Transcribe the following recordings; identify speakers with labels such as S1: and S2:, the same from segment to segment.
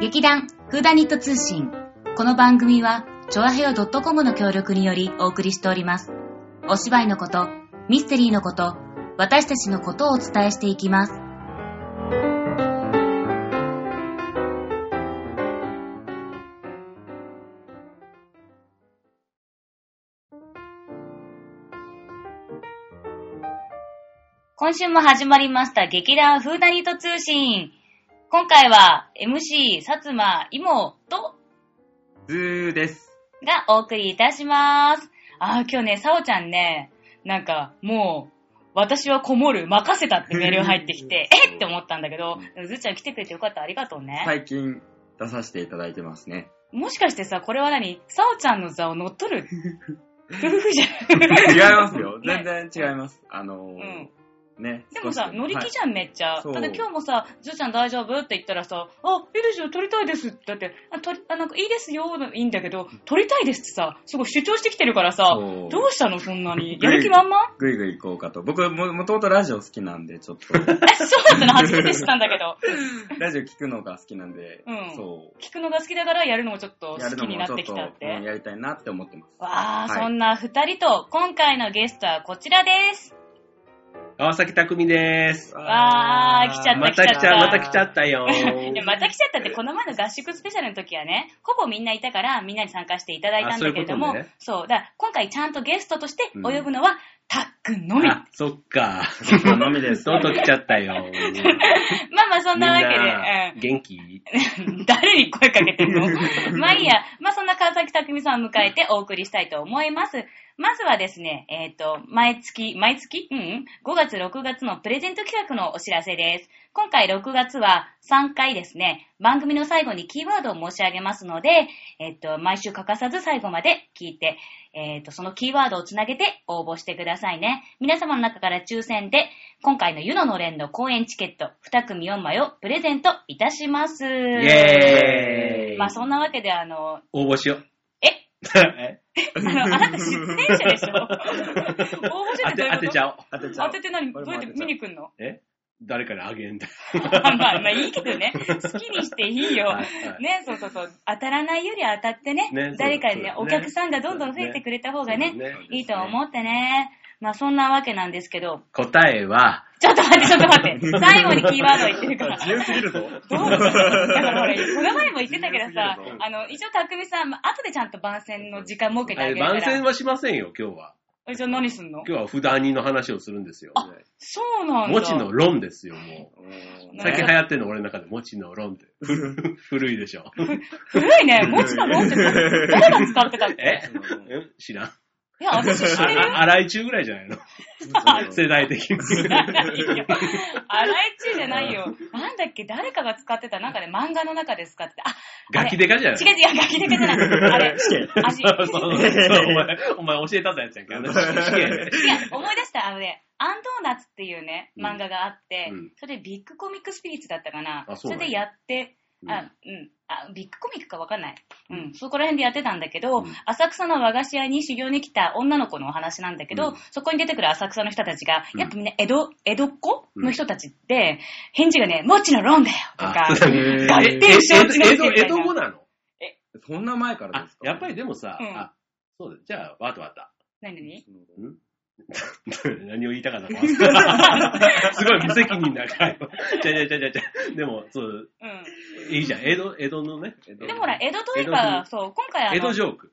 S1: 劇団フーダニット通信。この番組は、チョアヘオ .com の協力によりお送りしております。お芝居のこと、ミステリーのこと、私たちのことをお伝えしていきます。今週も始まりました劇団フーダニット通信。今回は MC、薩摩、イモと
S2: ズーです。
S1: がお送りいたします。あー、今日ね、さおちゃんね、なんかもう、私はこもる、任せたってメールが入ってきて、えっって思ったんだけど、ずーちゃん来てくれてよかった、ありがとうね。
S2: 最近出させていただいてますね。
S1: もしかしてさ、これは何さおちゃんの座を乗っ取 る夫婦じゃ
S2: 違いますよ。
S1: ね
S2: 全然違います。あのー
S1: うん。
S2: ね。
S1: でもさ
S2: 少、し
S1: 乗り気じゃん、めっちゃ。た
S2: そう
S1: だ今日もさ、ずーちゃん大丈夫って言ったらさ、あ、いいですよ、撮りたいですって。だって、あ、撮り、あ、なんかいいですよ、いいんだけど、撮りたいですってさ、すごい主張してきてるからさ、
S2: はいそう
S1: どうしたの、そんな に。やる気満々
S2: ぐいぐい行こうかと。僕も、もともとラジオ好きなんで、ちょっと。
S1: え、そうだったの初めて知ったんだけど。
S2: ラジオ聞くのが好きなんで、
S1: うん
S2: そ
S1: 聞くのが好きだからやるのもちょっと
S2: う。や
S1: 好
S2: る
S1: き
S2: の
S1: に
S2: も
S1: な
S2: ち
S1: っ
S2: ょ
S1: て
S2: っ
S1: き
S2: と、
S1: たっ
S2: うん
S1: て。
S2: やりたいなって思ってます。
S1: わあ、
S2: はい
S1: そんな二人と、今回のゲストはこちらです。
S3: 川崎匠です。
S1: わー来ちゃった
S3: また来ちゃ、
S1: ま
S3: ま
S1: た
S3: た
S1: 来
S3: 来
S1: ち
S3: ち
S1: ゃ
S3: ゃったよー。
S1: いやまた来ちゃったって、この前の合宿スペシャルの時はね、ほぼみんないたから、みんなに参加していただいたんだけれども、
S3: あ
S1: そ
S3: そうういうこ
S1: だから今回ちゃんとゲストとしてお呼ぶのは、たっくんのみ。
S3: あ、そっか。
S2: たのみです。
S3: どんどん来ちゃったよー。
S1: まあまあ、 そん
S3: みん
S1: なわけで、
S3: な、元気
S1: うん、 誰に声かけてん のまあいいや、まあそんな川崎匠さんを迎えてお送りしたいと思います。まずはですね、えっ、と、毎月、毎月うんうん。5月、6月のプレゼント企画のお知らせです。今回6月は3回ですね、番組の最後にキーワードを申し上げますので、えっ、と、毎週欠かさず最後まで聞いて、えっ、と、そのキーワードをつなげて応募してくださいね。皆様の中から抽選で、今回の湯ののれんの公演チケット2組4枚をプレゼントいたします。イ
S3: イェーイ
S1: まあそんなわけで、あの、
S3: 応募しよう。
S1: え
S3: え
S1: あの、あなた出演者で しょ応募者でどういうこと
S3: 当て、当てちゃおう。
S2: 当てちゃ
S1: 当
S2: う
S1: て。て何ど
S2: 俺
S1: う
S2: も
S1: やって
S2: 当てちゃ
S1: 見
S2: う
S1: に来んの
S3: え誰かにあげんだ。
S1: まあまあまあいいけどね。好きにしていいよ。
S3: はいはい
S1: ね、そうそうそう。当たらないより当たってね。
S3: ねそう
S1: 誰かにね
S3: そう
S1: お客さんがどんどん増えてくれた方がね、
S3: そうですね
S1: いいと思ってね。まあそんなわけなんですけど、
S3: 答えは、
S1: ちょっと待って、ちょっと待って。 最後にキーワード言ってるから。
S2: 自由すぎるぞ。
S1: どうだからほら、この前も言ってたけどさ
S2: うん、
S1: あの、一応、たくみさん、後でちゃんと番宣の時間設けてあげるから。
S3: 番宣はしませんよ、今日は。
S1: えじゃあ何すんの
S3: 今日は普段人の話をするんですよ。
S1: そうなんだ。
S3: 文字の論ですよ、も
S2: うん
S3: う。
S1: ね
S3: 最近流行ってるの俺の中で、文字の論って。 古いでしょ。
S1: 古いね。文字の論って誰が使ってたっけ
S3: ええ知らん。
S1: いや、私知ってるよ。
S3: あ洗い中ぐらいじゃないの世代的に。
S1: いいよ洗い中じゃないよ。なんだっけ、誰かが使ってた、なんかね、漫画の中で使ってた。あ、
S3: ガキデカじゃない
S1: 違う違う、ガキデカじゃない。あ れ、
S2: 試験
S1: 足。い
S3: そうそうお前、お前教えたぜやつやんけ。私試験ね
S1: や、思い出した、あのね、アンドーナツっていうね、漫画があって、
S3: うん
S1: それビッグコミックスピリッツだったかな。
S3: あ
S1: そ
S3: そうな
S1: れ
S3: んだ
S1: でやって、あ、うん。あ、ビッグコミックかわかんない。うん。そこら辺でやってたんだけど、
S3: うん
S1: 浅草の和菓子屋に修行に来た女の子のお話なんだけど、
S3: うん
S1: そこに出てくる浅草の人たちが、
S3: うん
S1: やっぱみんな江戸、江戸っ子
S3: うん
S1: の人たちって、返事がね、もちのロンだよとか
S3: あ、そうだね
S2: えー
S1: 合
S3: え
S1: 点承知の
S3: 江
S1: 世
S3: 戸、
S1: 界
S3: 江
S1: な
S3: 戸語なの
S2: そんな前から
S3: あ
S2: です、か
S3: やっぱりでもさ、
S1: うん
S3: あ、そうだ、じゃあ、わかったわか
S1: 何々
S3: った。何を言いたかったのかすごい無責任な会話。じゃじゃじゃじゃじゃでも、そう、
S1: う
S3: いいじゃん。江戸、江戸のね、
S1: ん。でもほら、江戸といえ
S3: 江戸
S1: ば、
S3: 風
S1: そう、今回あの、
S3: 江戸ジョーク。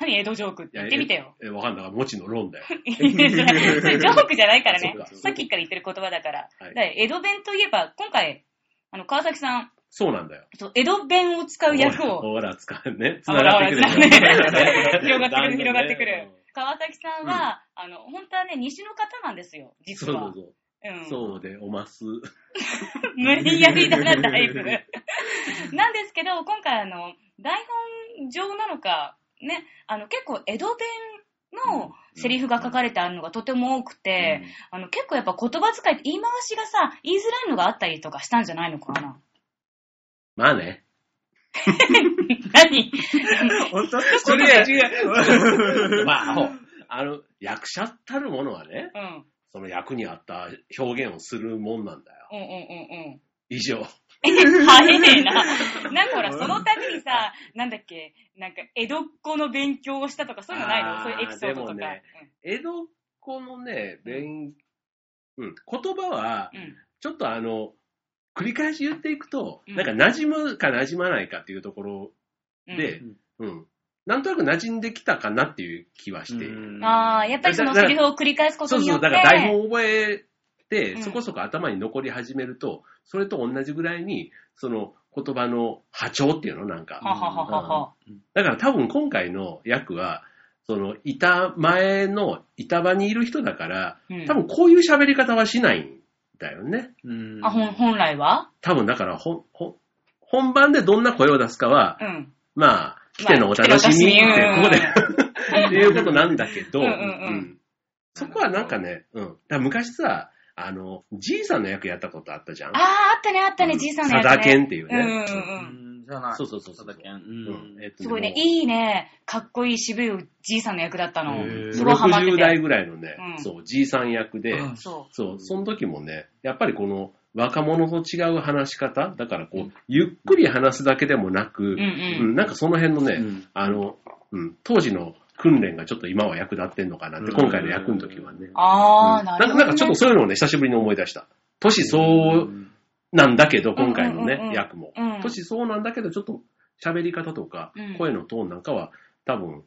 S1: 何江戸ジョークって言ってみてよ。
S3: え、わかんない。もちの論だよ。
S1: いやいやそれそれジョークじゃないからね
S3: あそう。か
S1: さっきから言ってる言葉だから。
S3: は
S1: だ
S3: い
S1: から江戸弁といえば、今回、あの、川崎さん、
S3: そうなんだよ。
S1: そう江戸弁を使う役を、
S3: ほら、使うね。
S1: あ
S3: 繋がってくるよ。
S1: ほらほら繋がってくる広
S3: だんだんね
S1: がってくる。川崎さんは、あの、本当はね、西の方なんですよ、
S3: うん
S1: 実
S3: そうそ
S1: は。
S3: うそう。
S1: うん
S3: そうで、おます。
S1: 無理やりだな、だいぶ。なんですけど、今回、あの、台本上なのか、ね、あの、結構、江戸弁のセリフが書かれてあるのがとても多くて、あの、結構やっぱ言葉遣いって言い回しがさ、言いづらいのがあったりとかしたんじゃないのかな
S3: まあね。
S1: 何
S2: 本当
S3: それは違
S2: う。
S3: まあ、アホあの、役者たるものはね、
S1: うん。
S3: その役に合った表現をするもんなんだよ。
S1: うんうんうんうん。
S3: 以上。
S1: 早えな。 なんかほら、そのためにさ、なんだっけ、なんか、江戸っ子の勉強をしたとか、そういうのないの
S3: あー
S1: そういうエピソードと
S3: で
S1: か。
S3: もね江戸っ子のね、勉、うん、言葉は、
S1: うん。うん
S3: ちょっとあの、繰り返し言っていくと、
S1: うん
S3: なんか馴染むか馴染まないかっていうところ
S1: うん
S3: で、うん、なんとなく馴染んできたかなっていう気はして、
S1: ああ、やっぱりそのセリフを繰り返すこと
S3: そう
S1: によっ
S3: そう、
S1: て。
S3: だから台本を覚え
S1: う
S3: て、
S1: ん
S3: そこそこ頭に残り始めると、それと同じぐらいに、その言葉の波長っていうのなんか、
S1: ははははは。
S3: だから多分今回の役は、その、板前の板場にいる人だから、
S1: うん
S3: 多分こういう喋り方はしないんだよね。
S2: うん
S1: あ、ほん、本来は
S3: 多分だから、ほん、ほん、本番でどんな声を出すかは、
S1: うん。
S3: まあ、来てのお楽しみって、
S1: まあ
S3: ここで、
S1: 来てのお楽しみ
S3: っていうことなんだけど、
S1: うんうんうん
S3: そこはなんかね、うん。だから昔さ、あの、じいさんの役やったことあったじゃん。
S1: ああ、あったね、あったね、じいさんのやつ、ね。
S3: 佐田健っていう
S1: うんうん
S3: ね。
S1: うん。
S2: じゃない。
S3: そうそうそうそう
S2: 佐竹う。
S3: うんえっと
S1: すごいね、
S3: もう
S1: いいね、かっこいい渋いじいさんの役だった
S2: へ
S1: の。
S2: ー
S1: すごいハマって
S3: 60代
S1: て。
S3: ぐらいのね、
S1: うん
S3: そう、じいさん役で、
S2: うん
S1: そ
S3: そう、その時もね、やっぱりこの若者と違う話し方、だからこう、ゆっくり話すだけでもなく、
S1: う。うんうん。
S3: なんかその辺のね、
S2: うん
S3: あの、うん、当時の訓練がちょっと今は役立ってんのかなって、
S2: うん
S3: 今回の役の時はね。
S1: ああ、
S3: うん
S1: な
S3: な
S1: る
S3: ん
S1: ほど、ね。
S3: かなんかちょっとそういうのをね、久しぶりに思い出した。年相応なんだけど、今回の
S1: うんうんうんう
S3: ね
S1: ん、
S3: 役も
S1: うん。
S3: 年相応なんだけど、ちょっと喋り方とか
S1: うん、
S3: 声のトーンなんかは、多分、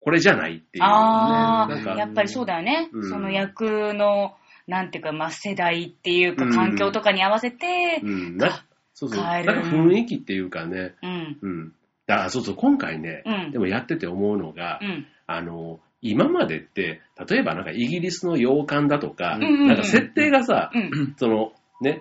S3: これじゃないっていう。
S1: あ
S3: ねなん
S1: あ、
S3: か
S1: やっぱりそうだよね。
S3: うん
S1: その役の、なんていうか、まあ、世代っていうか、
S3: うん
S1: 環境とかに合わせて、
S3: うん、な、そうそう。
S1: 変
S3: な
S1: え
S3: ん
S1: る
S3: か雰囲気っていうかね、
S1: うん。
S3: うん。だからそうそう、今回ね
S1: う、ん
S3: で。もやってて思うのが
S1: う、ん。
S3: あの、今までって、例えばなんかイギリスの洋館だとか、
S2: うん
S1: うん
S3: なんか設定がさ、
S1: うん。
S3: そのね、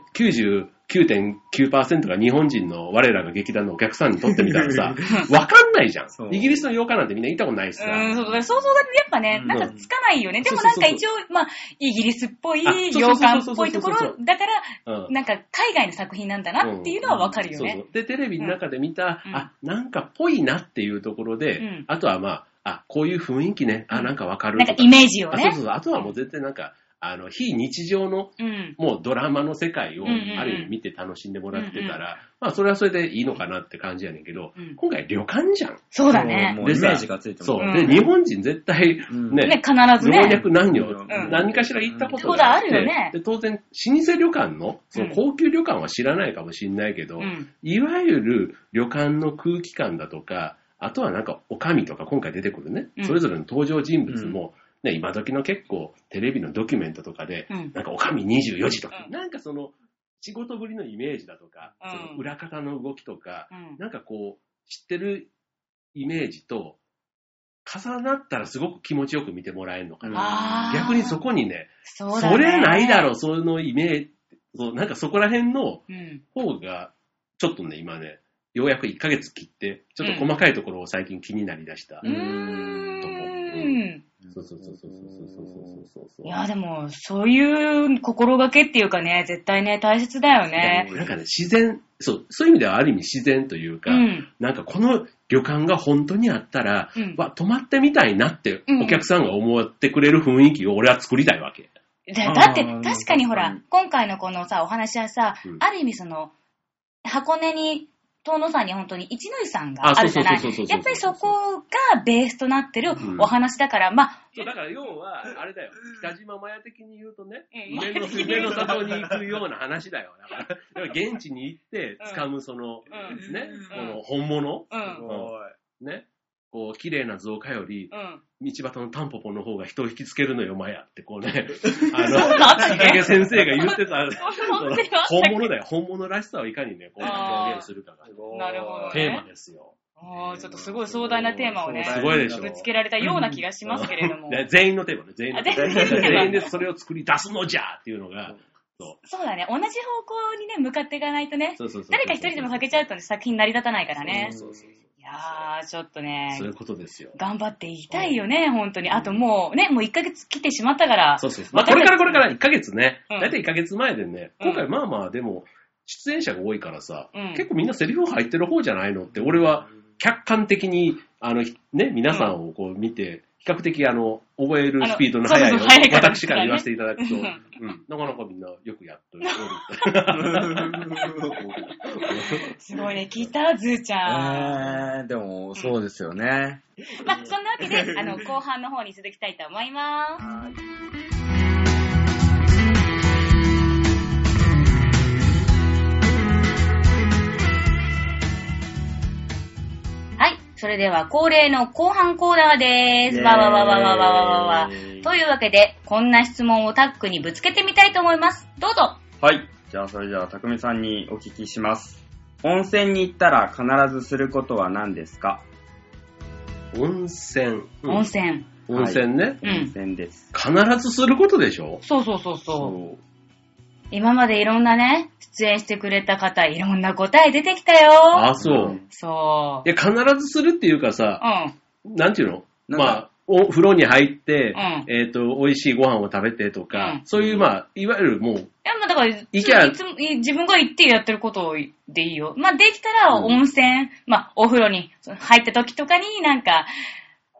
S3: 99.9%が日本人の我らが劇団のお客さんにとってみたらさ、わかんないじゃ
S2: そ
S3: ん。
S2: う
S3: イギリスの洋館なんてみんな行ったことないしさ。
S1: うん、そうだ想像がやっぱね
S2: う、ん
S1: なんかつかないよね。でもなんか一応、まあ、イギリスっぽい、
S3: あそうそう
S1: 洋館っぽい
S3: そ
S1: とこ
S3: うそうそうそう
S1: ろ、だから、
S3: うん
S1: なんか海外の作品なんだなっていうのはわかるよ
S3: そう
S1: ね。
S3: そうで、テレビの中で見た、
S1: うん
S3: あ、なんかぽいなっていうところで、
S1: うん
S3: あとはまあ、あ、こういう雰囲気ね、
S1: う
S3: あ、
S1: ん
S3: なんかわかる
S1: なん
S3: と
S1: か
S3: か。
S1: イメージを
S3: あそう
S1: ね
S3: そ。うそうあとはもう絶対なんか、あの、非日常の
S1: うん。
S3: もうドラマの世界を
S1: うんうんうん
S3: ある意味見て楽しんでもらってたら、まあそれはそれでいいのかなって感じやねんけど、
S1: うん
S3: 今回旅館じゃん。
S1: そうだね
S2: も。うイメージがついてます
S3: そう。
S1: うん
S3: で、日本人絶対
S2: うん
S3: ね
S1: ね、必ず
S3: 老
S1: ね。
S3: 若男女、
S2: うん
S3: 何かしら行ったこと
S1: うん
S3: があって、
S1: 行ったことあるよね
S3: で当然、老舗旅館の、そ
S1: うん
S3: の高級旅館は知らないかもしれないけど、
S1: うん。
S3: いわゆる旅館の空気感だとか、あとはなんか、おかみとか今回出てくるね、
S1: うん
S3: それぞれの登場人物も、ね、今時の結構、テレビのドキュメントとかで、
S1: うん。
S3: なんか、おかみ24時とか、
S1: うん
S3: なんかその、仕事ぶりのイメージだとか、
S1: うん
S3: その裏方の動きとか、
S1: うん
S3: なんかこう、知ってるイメージと、重なったらすごく気持ちよく見てもらえるのかな。
S1: あー
S3: 逆にそこにね、
S1: そうだね。
S3: そりゃないだろう、そのイメージ、そうなんかそこら辺の
S1: うん。
S3: 方が、ちょっとね、今ね、ようやく1ヶ月切って、ちょっと細かいところを最近気になりだした。
S1: うーん。
S3: そうそうそうそうそうそうそうそうそう。
S1: いや、でも、そういう心がけっていうかね、絶対ね、大切だよね。
S3: なんかね、自然、そう、そういう意味ではある意味自然という
S1: う
S3: か、
S1: ん。
S3: なんかこの旅館が本当にあったら、
S1: うん
S3: わ、泊まってみたいなって
S1: うん
S3: お客さんが思ってくれる雰囲気を俺は作りたいわけ。
S1: だ
S2: あー
S1: だって、確かにほ
S2: う
S1: ら
S2: ん、
S1: 今回のこのさ、お話はさ
S3: うん、
S1: ある意味その、箱根に、遠野山に本当に一ノ井さんがあるじゃない
S3: あそうそうそうそうそうそう
S1: やっぱりそこがベースとなってる
S3: うん
S1: お話だから、まあ、
S3: そう、だから要は、あ れだよ、北島麻也的に言うとね、
S1: うん
S3: 夢 の夢の里に行くような話だよ。だから、だから現地に行って掴むその、
S1: う
S3: ね、こ
S1: うん
S3: の本物、
S1: うん、うん、
S3: ね、こう、綺麗な造花より、
S1: うん。
S3: 道端のタンポポの方が人を引きつけるのよ、マヤって、こうね、あ
S1: んなあったっ
S3: の、
S1: け
S3: 竹先生が言ってた、
S1: 本当にあったっけ
S3: 本物だよ。本物らしさをいかにね、こう
S1: あー
S3: 表現するかが
S2: すごい
S1: なるほどね
S3: テーマですよ。
S1: あーちょっとすごい壮大なテーマをね、
S3: すごいでしょ
S1: ぶつけられたような気がしますけれども。
S3: で全員のテーマね、全員のテーマ。
S1: あ全員のテーマ
S3: 全員でそれを作り出すのじゃっていうのが、そ
S1: そうだね、同じ方向にね、向かっていかないとね
S3: う。、そうそうそう。
S1: 誰か一人でも避けちゃうとね作品成り立たないからね。
S3: そうそうそう
S1: いやー、ちょっとね
S3: そうい、うことですよ。
S1: 頑張っていきたいよね、本当に。あともう、ね、もう1ヶ月来てしまったから。
S3: そうそうそう。まあ、これからこれから1ヶ月ね。
S1: うん
S3: だいたい1ヶ月前でね、
S1: うん
S3: 今回まあまあでも、出演者が多いからさ、
S1: うん
S3: 結構みんなセリフ入ってる方じゃないのって、俺は客観的に、あの、ひね、皆さんをこう見て、比較的、あの、覚えるスピードの
S1: あの
S3: 速い
S1: そうそうそう速いから
S3: 私から言わせていただくと、
S1: う
S3: うんん、なかなかみんなよくやっ とる。
S1: すごいね、聞いた、ズーちゃん。
S2: えー、でも、そうですよね。
S1: まあ、そんなわけ で、あの、後半の方に続きたいと思います。はい。それでは恒例の後半コーナーです。わわわわわわわわわ。というわけで、こんな質問をタックにぶつけてみたいと思います。どうぞ。
S2: はい。じゃあ、それじゃあ、たくみさんにお聞きします。温泉に行ったら必ずすることは何ですか、
S3: 温泉。うん
S1: 温泉。
S3: 温泉ね。
S1: うん
S2: 温泉です。
S3: 必ずすることでしょ
S1: そうそうそうそう。
S2: そ
S1: 今までいろんなね、出演してくれた方、いろんな答え出てきたよ。
S3: あ、そう。
S1: そう
S3: い。や、必ずするっていうかさ、
S1: うん。
S3: なんていうの
S2: なん
S3: ま
S2: か
S3: あ、お風呂に入って、
S1: うん
S3: えっ、と、美味しいご飯を食べてとか、
S1: うん
S3: そういう、まあ、いわゆるもう、
S1: いや、まあだから、い
S3: い
S1: つ
S3: けや
S1: もいつもい自分が行ってやってることでいいよ。まあできたら温泉、まあお風呂にその入った時とかになんか、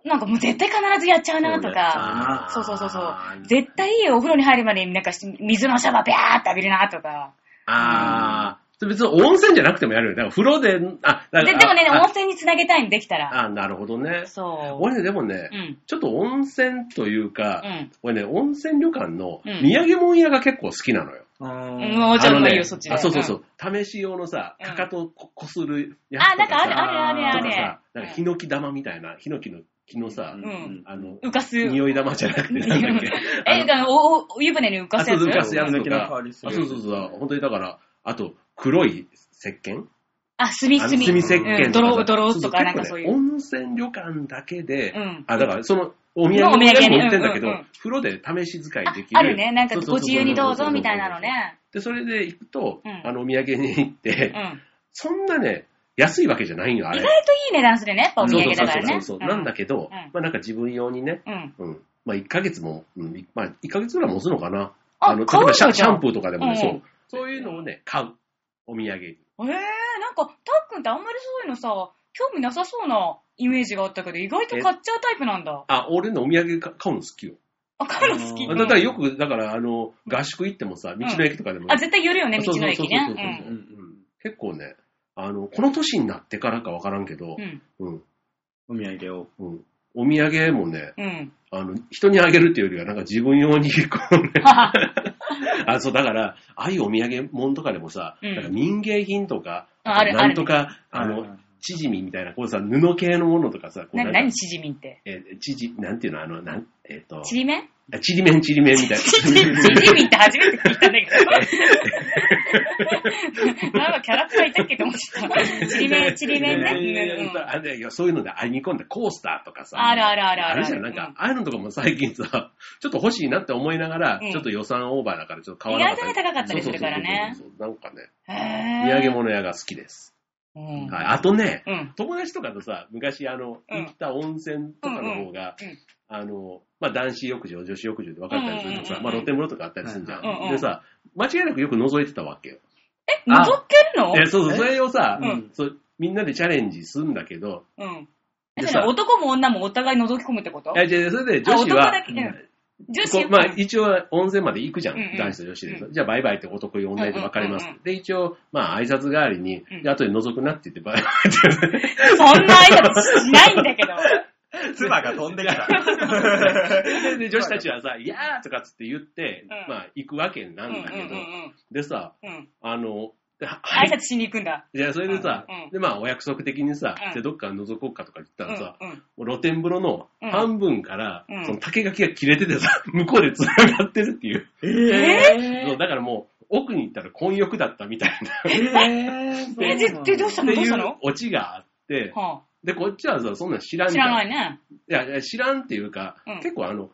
S1: なんかもう絶対必ずやっちゃうなとか、そ
S3: そううね
S1: そうそうそう
S3: あ。ー
S1: 絶対お風呂に入るまでになんかし水のシャワービャーって浴びるなとか。
S3: ああ、別に温泉じゃなくてもやるよ。だから風呂で、あ、だから
S1: ででもね、
S3: あ
S1: 温泉につなげたいんできたら。
S3: あ、なるほどね。
S1: そう。
S3: 俺ね、でもね、
S1: うん。
S3: ちょっと温泉というか、
S1: うん
S3: 俺ね、温泉旅館の
S1: うん
S3: 土産物屋が結構好きなのよ。
S1: う、
S2: う。うん
S1: もうち
S3: あ
S1: ろ
S3: の
S1: ん
S3: ね
S1: いいよ、そっちで。
S3: あ、そうそうそう。試し用のさ、
S1: うん
S3: かかとここする
S1: うん。
S3: やつ
S1: あ、
S3: と
S1: なんかあ
S3: さ
S1: るあるあるあ
S3: とかさ、
S1: る。
S3: なんかヒノキ玉みたいな、ヒノキの木のさ、
S1: ん
S3: あの、
S1: 浮かす。
S3: 匂い玉じゃなくて、なんだっけ。
S1: え、だ
S3: あ
S1: からおおお湯船に浮か
S3: の
S1: すや
S3: あ
S1: つ
S3: そう浮かすやつ
S2: ヒノ
S3: と
S2: キの
S3: か
S2: 香りする
S3: あそうそうそう、本当にだから、あと、黒い石鹸
S1: あ、炭
S3: あの
S1: 炭。
S3: 炭石鹸とかさ。
S1: うん泥泥とか
S3: うう
S1: なんかそういう
S3: 結構ね温泉旅館だけで
S1: うん、
S3: あ、だから、その、お土産
S1: のお土産ね
S3: でも売ってんだけど
S1: うんうんうん、
S3: 風呂で試し使い
S1: あ
S3: できる。
S1: あるね。なんか
S3: そうそう
S1: ご
S3: そう
S1: 自由にどうぞみたいなの。ね。
S3: で、それで行くと、
S1: うん
S3: あの、お土産に行って、
S1: うん。
S3: そんなね、安いわけじゃないんよ、あ
S1: 意
S3: れ。
S1: 外といい値段するね。やっぱお土産だから
S3: そ
S1: ね。
S3: うそうそうそうそう。なんだけど、
S1: うん
S3: まあなんか自分用にね、
S1: うん。うん。
S3: うん。まあ1ヶ月も、うん、いまあ1ヶ月ぐらい持つのかな。
S1: あ
S3: の、
S1: 買う
S3: 例え
S1: の
S3: ば
S1: じ
S3: シ
S1: ゃん
S3: ャシャンプーとかでもね、
S1: うん
S3: そう。そういうのをね、買う。お土産に。
S1: えー、なんか、たっくんってあんまりそういうのさ、興味なさそうなイメージがあったけど、意外と買っちゃうタイプなんだ。
S3: あ、俺のお土産か買うの好きよ。
S1: あ、買うの好き。
S2: う
S3: だ
S2: ん
S3: からよく、だからあの、合宿行ってもさ、道の駅とかでも。
S1: あ、絶対寄るよね、道の駅
S3: そうそうそうそう
S1: ね。
S3: そう結構ね、あの、この年になってからかわからんけど
S1: うん。う、ん。
S3: うん、
S2: お土産を。
S3: うん。お土産もね、
S1: うん。
S3: あの、人にあげるっていうよりは、なんか自分用に、こうね、
S1: は は
S3: あ、そう、だから、ああいうお土産物とかでもさ、
S1: うん
S3: なんか民芸品とか、
S1: あある
S3: なんとか、あ
S2: あるね
S3: の、チヂミみたいな、こうさ、布系のものとかさ、こう
S1: な、
S3: んか
S1: 何、縮みって。
S3: えー、チヂ、なんていうの、あの、なん、えっ、と、
S1: ちりめん
S3: あチリメン、チリメンみたい
S1: ちりみんって初めて聞いたんだけ ど。なんかキャラクターいたっけと思った。
S3: な。
S1: ちりめん、ちりめん
S3: チリメン
S1: ね。うんうん
S3: あれよそういうので、あり込んだコースターとかさ、
S1: あるあるあるあ
S3: あ
S1: る。
S3: れじゃん、なんか、ああいうのとかも最近さ、ちょっと欲しいなって思いながら、
S1: うん
S3: ちょっと予算オーバーだから、ちょっと買わなかったり。
S1: 意外とね高かったりするからね
S3: そうそうそうそう。なんかね、
S1: へー
S3: 土産物屋が好きです。
S1: うん。
S3: はい。あとね、
S1: うん。
S3: 友達とかとさ、昔あの、
S1: うん
S3: 行った温泉とかの方が、
S1: うんうんうん
S3: あの、まあ、男子浴場、女子浴場で分かったりすると
S1: うんうんうんう
S3: さ
S1: ん、
S3: まあ、露天風呂とかあったりするじゃん。
S1: うんうん
S3: でさ、間違いなくよく覗いてたわけよ。
S1: え、覗けるの
S3: え、そうそう、それをさ、
S1: うん
S3: そうみんなでチャレンジするんだけど、
S1: うん。え
S3: で
S1: それ
S3: さ、
S1: 男も女もお互い覗き込むってこと
S3: え、じゃあそれで女子は
S1: あ男だけうん、女
S3: こ
S1: 子
S3: うまあ
S1: うん、
S3: 一応温泉まで行くじゃ
S1: う
S3: ん、
S1: んうん
S3: 男子と女子で、
S1: う
S3: じゃあバイバイって男呼んで別れます、
S1: うんうんうん
S3: で一応まあ挨拶代わりに、
S1: うん
S3: で後で覗くなって言って バイバイって
S1: そんな挨拶しないんだけど。
S2: 妻が飛んでき た。
S3: でで女子たちはさ「いやー」とかっつって言って、
S1: ん
S3: まあ行くわけ
S1: う
S3: なん
S1: うん
S3: ん
S1: う
S3: だけど、
S1: ん
S3: でさ
S1: うん。うん。
S3: あのではは
S1: 挨
S3: い
S1: 拶しに行くんだ。
S3: じゃあそれでさ、
S1: うんうん
S3: でまあお約束的にさ、
S1: うん
S3: じゃあどっか覗こうかとか言った
S1: うん
S3: らさ、
S1: うん。
S3: もう露天風呂の半分から、
S1: うん
S3: その竹垣が切れててさ 向こうで繋がってるっていう、
S1: え
S3: そうだからもう奥に行ったら混浴だったみたいな
S2: えー
S1: え、で、でどうした
S3: っ
S1: の
S3: て
S1: どうし
S3: い
S1: た
S3: う
S1: の
S3: オチがあって、
S1: は
S3: で、こっちはさ、そんなん知ら
S1: あ
S3: ん
S1: 知
S3: じゃん
S1: らないね。
S3: いやいや、知らんっていうか、
S1: うん
S3: 結構あの、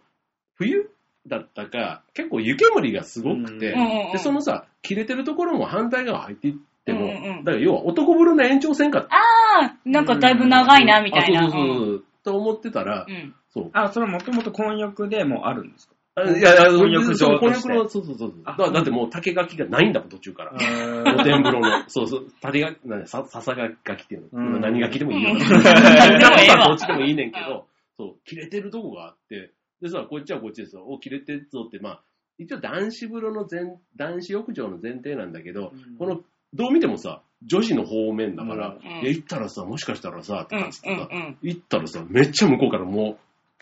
S3: 冬だったか、結構湯煙がすごくて、
S2: うん
S1: うんうんうん
S3: で、そのさ、切れてるところも反対側入っていっても、
S1: うんうんうん
S3: だから要は男風呂の延長線か。
S1: ああ、なんかだいぶ長いな、みたいな。
S3: あそうそうそうう、と思ってたら、
S1: ん。
S3: そう。
S2: あ、それもともと混浴でもあるんですか
S3: あいやいや、
S2: 混浴場
S3: そ
S2: と
S3: う混
S2: して
S3: 浴の、そうそうそう。だ
S2: あ
S3: だってもう竹垣がないんだもん、途中から。 露天風呂の、そうそう、縦が、なんださ、笹がきっていうの。
S2: うん
S3: 何がきでもいいよ。
S1: うん
S3: どっちでもいいわどっちでもいいねんけど、そう、切れてるとこがあって、でさ、こっちはこっちですよ。お、切れてるぞって、まあ、一応男子風呂の前、男子浴場の前提なんだけど、
S2: うん
S3: この、どう見てもさ、女子の方面だから、
S1: うん
S3: いや、行ったらさ、もしかしたらさ、と
S1: うん
S3: かっつってさ、
S1: うん
S3: 行ったらさ、めっちゃ向こうからも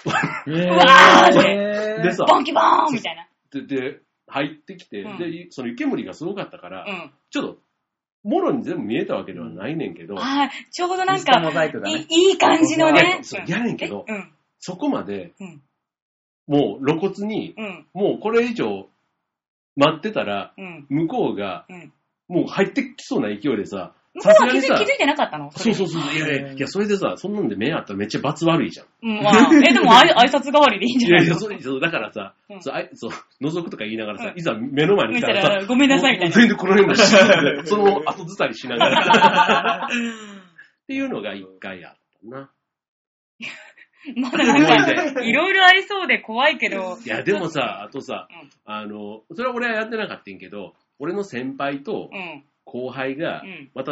S2: う
S1: わー
S3: う、
S2: え
S3: でさ、
S1: ボンキボーンみたいな。
S3: で、で入ってきて、
S1: うん
S3: で、その湯煙がすごかったから、
S1: うん。
S3: ちょっと、もろに全部見えたわけではないねんけど、
S1: はい。ちょうどなん
S2: ミスターモ
S1: か、
S2: ザイクだね。
S1: いいい感じのね。
S3: そう
S1: うん
S3: やねんけ
S1: え
S3: ど、
S1: うん。
S3: そこまで、
S1: うん。
S3: もう露骨に、
S1: うん。
S3: もうこれ以上待ってたら、
S1: うん。
S3: 向こうが、
S1: うん。
S3: もう入ってきそうな勢いでさ、
S1: 向こ
S3: さす
S1: うは
S3: が
S1: 気
S3: に
S1: づ
S3: さ
S1: 気づいてなかったの。
S3: そうそううそう、いやいや、いや、それでさ、そんなんで目あったらめっちゃ罰悪いじゃん。
S1: うん。まあえ、でもあ い挨拶代わりでいいんじ
S3: い
S1: ゃな
S3: や
S1: い
S3: いや、
S1: の
S3: そう、そうだからさ、
S1: うん
S3: そう、あいそう、覗くとか言いながらさ
S1: う、ん
S3: いざ目の前に来
S1: 見
S3: た
S1: た
S3: らさ、
S1: ら、ごめんなさいみたいな。
S3: 全然この辺も知らないその後ずたりしな がら。っていうのが一回あったな。
S1: まだなんか、いろいろありそうで怖いけど。
S3: いや、でもさ、あとさ
S1: うん、
S3: あの、それは俺はやってなかったんやけど、俺の先輩と
S1: うん。
S3: 後輩が
S1: うん、
S3: また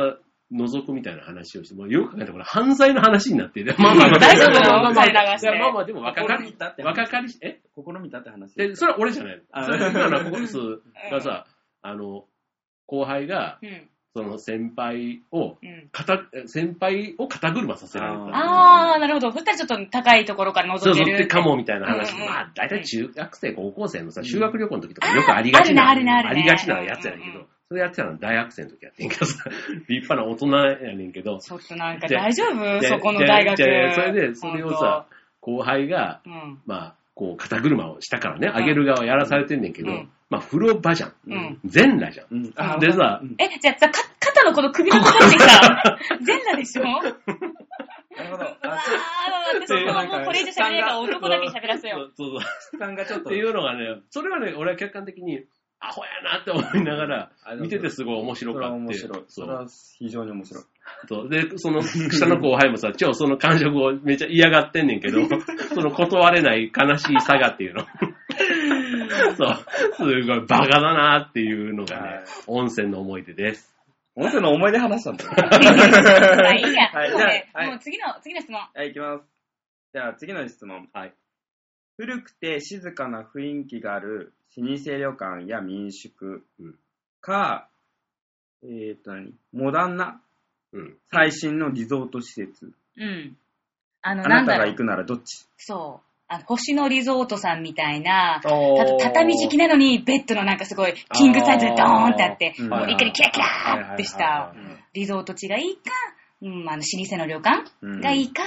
S3: 覗くみたいな話をして、もうよく考えたらこれ犯罪の話にな ってる。まあまあまあ、
S1: 大丈夫なの
S3: まあまあ
S1: 垂れ流して
S3: いやまあまあ、でも若か
S2: 心
S3: り
S2: 見、たって
S3: 若
S2: 話。
S3: かりし、え
S2: 心見たって話。
S3: でそれは俺じゃないの。
S2: あ
S3: それは今のここ数がさ、あの、後輩が、
S1: うん。
S3: その先輩を、
S1: うん。
S3: かた先輩を肩車させられた。
S1: あー、なるほど。そしたらちょっと高いところから
S3: そ
S1: 覗
S3: う
S1: け
S3: そう
S1: る。
S3: ってかもみたいな話。
S1: うんうん
S3: まあ、大体中学生、高校生のさ、
S2: うん
S3: 修学旅行の時とかよくありがちな、
S1: あるねあるねあるね
S3: りがちなやつやねんけ
S1: うんう
S3: ど、それやってたのは大学生の時やってんけどさ、 立派な大人やねんけど、
S1: ちょっとなんか
S3: で
S1: 大丈夫
S3: で
S1: そこの大学。
S3: ででそれで、それをさ、後輩が、
S1: ほんと、うん。
S3: まあ、こう、肩車をしたからね、
S1: ん
S3: あげる側やらされてんねんけど
S1: うん、
S3: まあ、風呂場じゃん
S1: うん。
S3: 全裸じゃん。
S2: うん。
S1: あ
S3: でさ、
S1: え、じゃあさ、か肩のこの首のところってさ、全裸で しょうわー、
S2: なるほど。あ
S1: 私
S3: で
S1: はもうこれ以上喋れないから男だけに喋らせ
S3: そ
S1: よう。
S3: うそうそう。
S2: 質感がちょっ
S3: っ
S2: と
S3: て。いうのがね、それはね、俺は客観的に、アホやなって思いながら
S2: あ、でも
S3: 見ててすごい面
S2: そ
S3: 白
S2: れ
S3: か
S2: は
S3: っ
S2: 面
S3: て。
S2: 白い。
S3: そ
S2: そうれは非常に面白い。
S3: そうで、その、下の後輩もさ、今日その感触をめっちゃ嫌がってんねんけど、その断れない悲しいさがっていうの。 そう。すごいバカだなっていうのが
S2: はい
S3: ね、温泉の思い出です。
S2: 温泉の思い出話したんだ よ。
S1: まあいいや。
S2: はい
S1: もうね、
S2: じゃあはい
S1: もう次の、次の質問。
S2: はい、いきます。じゃあ次の質問。
S3: はい。
S2: 古くて静かな雰囲気がある老舗旅館や民宿
S3: うん
S2: か、えっ、と何、モダンな
S3: うん。
S2: 最新のリゾート施設。
S1: うん。あの、
S2: あ
S1: なん
S2: な
S1: だ
S2: たが
S1: ろう
S2: 行。くならどっち
S1: そう。あの、星野リゾートさんみたいな、た
S3: おー
S1: 畳敷きなのに、ベッドのなんかすごい、キングサイズでドーンってあって、
S2: あーうん
S1: もういっくりキラキラーってし
S3: はいはいは
S1: た
S3: いはい
S1: リゾート地がいいか、うん、あの、老舗の旅館
S2: うん
S1: がいいか、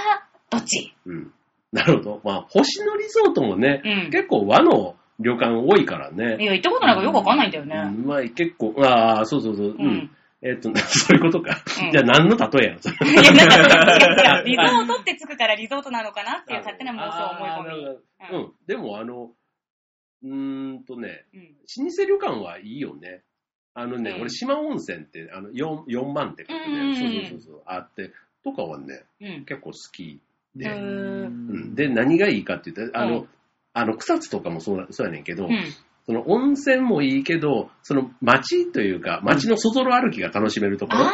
S1: どっち
S3: うん。なるほど。まあ、星野リゾートもね、
S1: うん
S3: 結構和の旅館多いからね。
S1: いや、行ったことないからよくわかんないんだよね。
S3: うんまあ結構、ああ、そうそうそう。うん。
S1: うん
S3: えっ、と、 そういうことか。
S1: うん
S3: じゃあ何の例えやん、それ。
S1: いや、なんか違う違うリゾートってつくからリゾートなのかなっていう勝手な妄想を思い込み。
S3: あーなるほどうん。でも、あの、うーんとね、
S1: うん
S3: 老舗旅館はいいよね。あのね、
S1: うん
S3: 俺、島温泉って、あの、4, 四万ってことで、
S1: うん
S3: そうそうそうそう、あって、とかはね、
S1: うん。
S3: 結構好き
S1: う
S3: で。
S1: ん
S3: うん、で、何がいいかって言ったら、あの、
S1: うん
S3: あの、草津とかもそうなそうやねんけど、
S1: うん。
S3: その温泉もいいけど、その街というか、街のそぞろ歩きが楽しめるところ。
S1: あ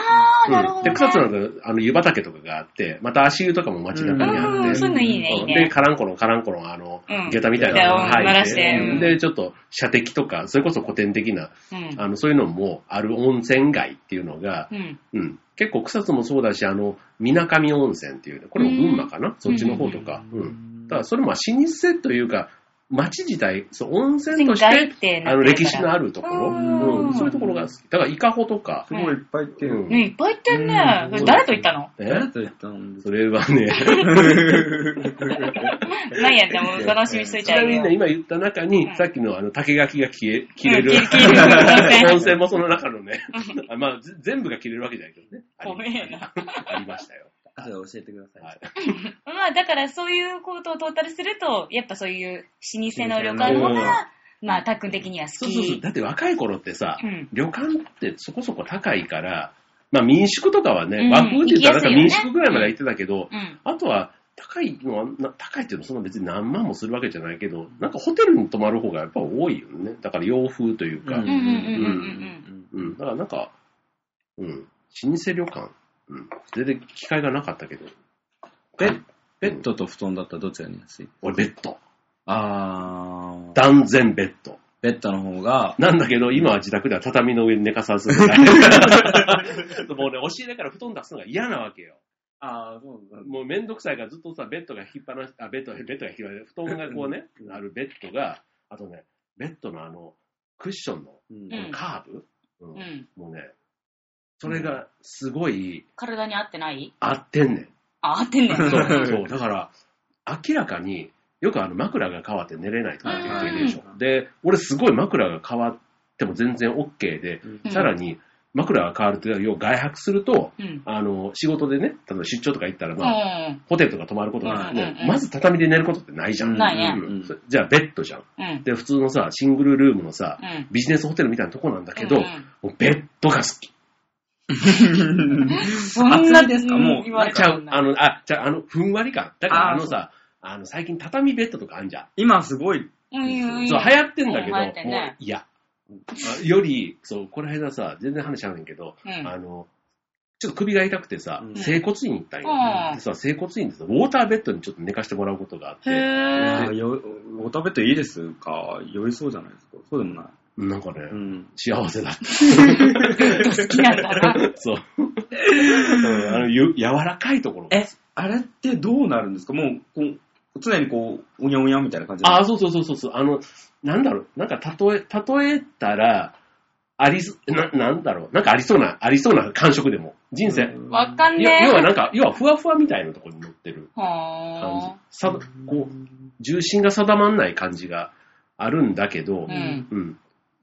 S1: ー、なるほど、ね。
S3: で、草津なんか、あの、湯畑とかがあって、また足湯とかも街中にあって、
S1: うん、そういうのいいね、いい
S3: そうで、
S1: ね。
S3: カランコロン、カランコロン、あの
S1: うん、
S3: 下駄みたいな
S1: 下
S3: の
S1: 駄を鳴ら
S3: っ
S1: してうん
S3: で、ちょっと、射的とか、それこそ古典的な、
S1: うん。
S3: あの、そういうのもある温泉街っていうのが、
S1: うん。
S3: うん、結構草津もそうだし、あの、水上温泉っていうね、これも群馬かな、そっちの方とか。うん。ただ、それも老舗というか、街自体、そう、温泉とし
S1: 外
S3: て、
S1: ってな
S3: あ
S1: っ
S3: の、
S1: てるから
S3: 歴史のあるところ、
S1: うん
S3: うん、そういうところが好き。だから、伊香保とか
S2: す、ごいいっぱい行ってる。
S3: うん
S1: ね、いっぱい行ってんね。
S3: うん
S1: それ誰と行ったの
S3: え
S2: 誰と行ったんです
S3: それはね、
S1: まあいいや、じゃあもう楽しみにしとい
S3: ち
S1: てあ
S3: な
S1: げ
S3: み
S1: よ
S3: にね、
S1: う。
S3: 今言った中
S1: う
S3: に
S1: ん、
S3: さっきのあの、竹垣が消え、切れる
S1: うん切れる温泉
S3: 温泉もその中 のね、あまあ、ぜ全部が切れるわけじゃないけどね。あり
S1: ごめんな。
S3: ありましたよ。
S2: かそれ教えてください。
S3: はい
S1: まあだからそういうことをトータルすると、やっぱそういう老舗の旅館の方が、まあたっくん的には
S3: そ
S1: 好
S3: うそうそう。
S1: き。
S3: だって若い頃ってさ
S1: うん、
S3: 旅館ってそこそこ高いから、まあ民宿とかは
S1: うん
S3: ね、和風って言ったらなんか
S1: 行きや
S3: 民
S1: すいよね
S3: 宿ぐらいまでは行ってたけど、
S1: うん。
S3: あとは高いのはな、高いっていうのはそんな別に何万もするわけじゃないけど、なんかホテルに泊まる方がやっぱ多いよね。だから洋風というか
S1: ん、うんうんうん
S3: うん、だからなんか、うん、老舗旅館、うん、全然機会がなかったけど、で、
S4: ベッドと布団だったらどちらに安い
S3: 俺ベッド。
S4: あー、
S3: 断然ベッド。
S4: ベッドの方が、
S3: なんだけど、今は自宅では畳の上に寝か さずぐらい。もうね、押し入れから布団出すのが嫌なわけよ。
S2: ああ、そうなんだ。
S3: もうめんどくさいからずっとさ、ベッドが引きっぱなし、あ、ベッド、ベッドが引きっぱなし、布団がこうね、あるベッドが、あとね、ベッドのあの、クッションの
S2: うん
S1: うん
S3: カーブ、う
S1: うんん。
S3: もうね、それがすごい
S1: 体に合ってない
S3: 合ってんねん。
S1: あ、合ってんねん。
S3: そうう、そう。だから、明らかに、よくあの枕が変わって寝れないとかって言ってるでし
S2: う
S3: ょ。で、俺すごい枕が変わっても全然 OK で、
S1: うん
S3: さらに枕が変わると、要は外泊すると、
S1: ん。
S3: あの、仕事でね、例えば出張とか行ったら、
S1: う
S3: まあ、
S1: ん。
S3: ホテルとか泊まることが、
S1: うんうん
S3: ね
S1: うん
S3: まず畳で寝ることってないじゃん。
S1: ないね
S3: うん
S2: うん
S3: そじゃあベッドじゃん。
S1: うん。
S3: で、普通のさ、シングルルームのさ、
S1: うん。
S3: ビジネスホテルみたいなとこなんだけど、
S1: うん
S3: もうベッドが好き。
S1: そんな
S2: 暑いですかもう
S1: 言われ
S3: ち
S1: ち
S3: ゃ
S1: ゃ
S3: う
S1: う、。
S3: あの、あ、ちゃう、あの、ふんわり感。だから
S2: あー
S3: あのさ、あの、最近畳ベッドとかあんじゃん。
S2: 今すごい。
S1: うんうん
S3: そう、流行ってんだけど、
S1: うん流行ってんね
S3: もういや。あより、そう、この間さ、全然話しゃうねんけど、
S1: うん
S3: あの、ちょっと首が痛くてさ
S2: う、ん
S3: 整骨院行ったんよ。
S1: うん
S3: でさ、整骨院でさ、ウォーターベッドにちょっと寝かしてもらうことがあって、
S1: へ
S2: あーよ、お食べていいですか酔いそうじゃないですかそうでもない。
S3: なんかね、
S2: うん。
S3: 幸せ だっ
S1: ー。
S3: た。
S1: 好きなんだな。
S3: そう。うんあの、ゆ柔らかいところ。
S2: え、あれってどうなるんですかもう、こう、常にこう、おにゃおにゃみたいな感じ
S3: あ
S2: あ
S3: あ、そうそうそうそうそう。あの、なんだろう、なんか例え、例えたら、ありそ、な、なんだろう、なんかありそうな、ありそうな感触でも。人生。
S1: わかん
S3: いや
S1: ね
S3: 要は
S1: え。
S3: なんか、要はふわふわみたいなところに乗ってる感じ
S1: は。
S3: さ、こう、重心が定まんない感じがあるんだけ
S1: ー。
S3: ど
S1: う、ん。
S3: うん。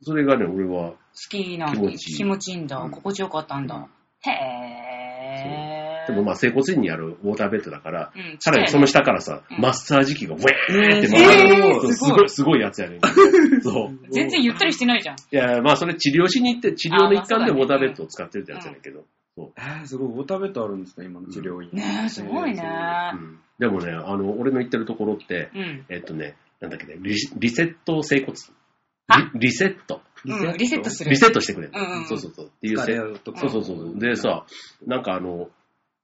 S3: それがね、俺は、
S1: 好きな
S3: 気持ちいい
S1: 気持ちいいんだ
S3: う。ん
S1: 心地よかったんだ。へー。
S3: でもまあ、整骨院にあるウォーターベッドだから、
S1: うん、
S3: さらにその下からさ
S1: う、ん
S3: マッサージ機がウェーって回る。
S1: えー
S3: そう
S1: す
S3: す
S1: ご
S3: ご
S1: い
S3: い、すごいやつやねん。 そう。
S1: 全然ゆったりしてないじゃん。
S3: いや、まあそれ治療しに行って、治療の一環で
S1: あまあ
S3: ウォ
S1: そう
S3: ー
S1: だ
S3: タ
S1: ね
S3: ーベッドを使ってるってやつやねんけど。
S2: えー、すごい、お食べてあるんですね、今の治療院。
S1: ねえ、すごいね。
S3: うんでもね、あの、俺の行ってるところって、
S1: うん。
S3: えっとね、なんだっけね、リリセット整骨。
S1: あ
S3: リリセット。
S1: うんリセットする
S3: リセットしてくれる
S1: うんうんうん
S3: そうそうそう。っていう
S2: 疲
S3: せ
S2: れをとか
S3: そうそうそう。で、さ、なんかあの、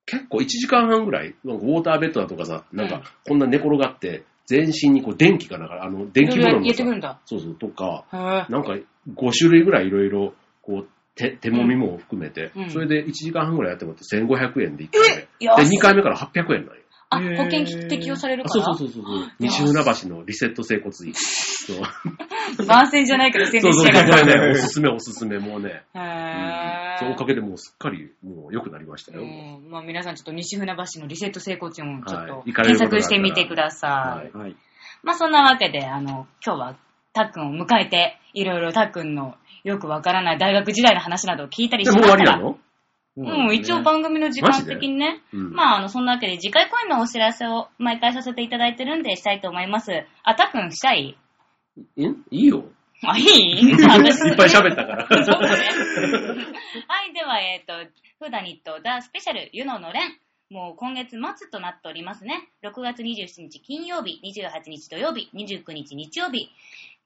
S3: 結構1時間半ぐらい、なんかウォーターベッドだとかさ、なん
S1: うん
S3: かこんな寝転がって、全身にこう電気がなんか、あの、電気風
S1: 入
S3: 呂の
S1: れてくるん
S3: さ、
S1: だ。
S3: そうそう、とか、
S1: へー。
S3: なんか5種類ぐらいいろいろ、こう、手、手もみも含めて、
S1: うん
S3: それで1時間半ぐらいやってもらって1500円で1回
S1: いや
S3: 目。で、2回目から800円なんよ。
S1: あ、
S2: へー
S1: 保険適用されるか
S3: あそう
S1: ら。
S3: そうそうそう。西船橋のリセット整骨院。 そう。
S1: 番宣じゃないけど宣
S3: そ
S1: 伝
S3: う
S1: し
S3: そう、
S1: て
S3: こ
S1: るから。
S3: れね、おすすめおすすめ、もうね。
S1: へー
S3: そう、おかげでもうすっかり、もう良くなりましたよ。
S1: うんまあ皆さんちょっと西船橋のリセット成功地もちょっ
S3: は
S1: と
S3: い行か
S1: 検
S3: れることがあった
S1: 索
S3: ら
S1: してみてくださ
S3: はいい。
S2: はい。
S1: まあそんなわけで、あの、今日はたっくんを迎えて、いろいろたっくんのよくわからない大学時代の話などを聞いたりし
S3: で
S1: ま
S3: も
S1: し
S3: う終
S1: た
S3: わりな
S1: が、
S3: の
S1: うん、一応番組の時間的にね、
S3: うん
S1: まああの、そんなわけで次回公演のお知らせを毎回させていただいてるんでしたいと思います。あ、たっくんしたい
S3: んいいよ。
S1: あ、い いじゃあ私
S3: いっぱい喋ったから。
S1: はい、では、えっ、と、フーダニット、ザ・スペシャル、ユノのれん。もう今月末となっておりますね。6月27日金曜日、28日土曜日、29日日曜日、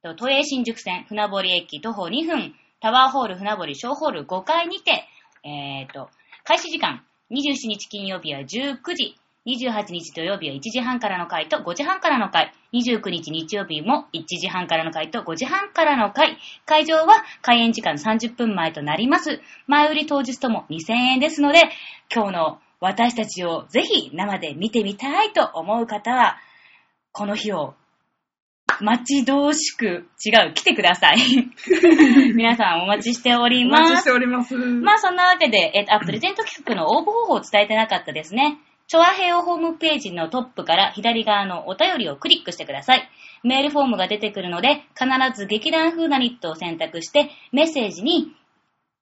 S1: と都営新宿線船堀駅徒歩2分、タワーホール船堀小ホール5階にて、えっ、と、開始時間、27日金曜日は19時、28日土曜日は1時半からの回と5時半からの回、29日日曜日も1時半からの回と5時半からの回、会場は開演時間30分前となります。前売り当日とも2000円ですので、今日の私たちをぜひ生で見てみたいと思う方は、この日を待ち遠しく、違う、来てください。 皆さんお待ちしており
S2: お
S1: ます
S2: 待ちしております。
S1: まあそんなわけで、え っと、あプレゼント企画の応募方法を伝えてなかったですね。チョアヘオホームページのトップから左側のお便りをクリックしてください。メールフォームが出てくるので、必ず劇団風なニットを選択して、メッセージに、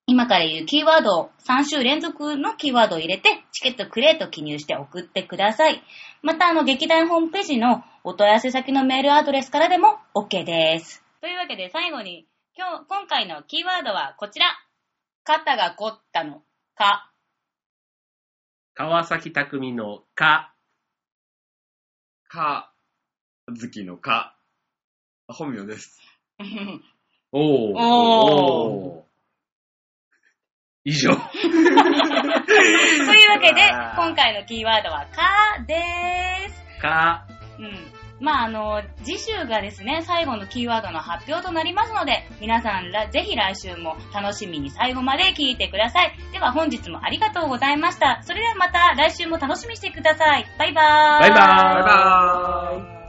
S1: 今から言うキーワードを3週連続のキーワードを入れて、チケットクレーと記入して送ってください。また、あの、劇団ホームページのお問い合わせ先のメールアドレスからでも OK です。というわけで最後に、今日、今回のキーワードはこちら。肩が凝ったのか。
S3: 川崎匠のか、
S2: か、ずきのか。あ本名です。
S3: おー
S1: おー
S3: おー以上。
S1: というわけで、今回のキーワードは、かでーす。
S3: か、
S1: うん。まあ、あの、次週がですね、最後のキーワードの発表となりますので、皆さんら、ぜひ来週も楽しみに最後まで聞いてください。では本日もありがとうございました。それではまた来週も楽しみにしてください。バイバーイ。
S3: バイバーイ
S2: バイバーイ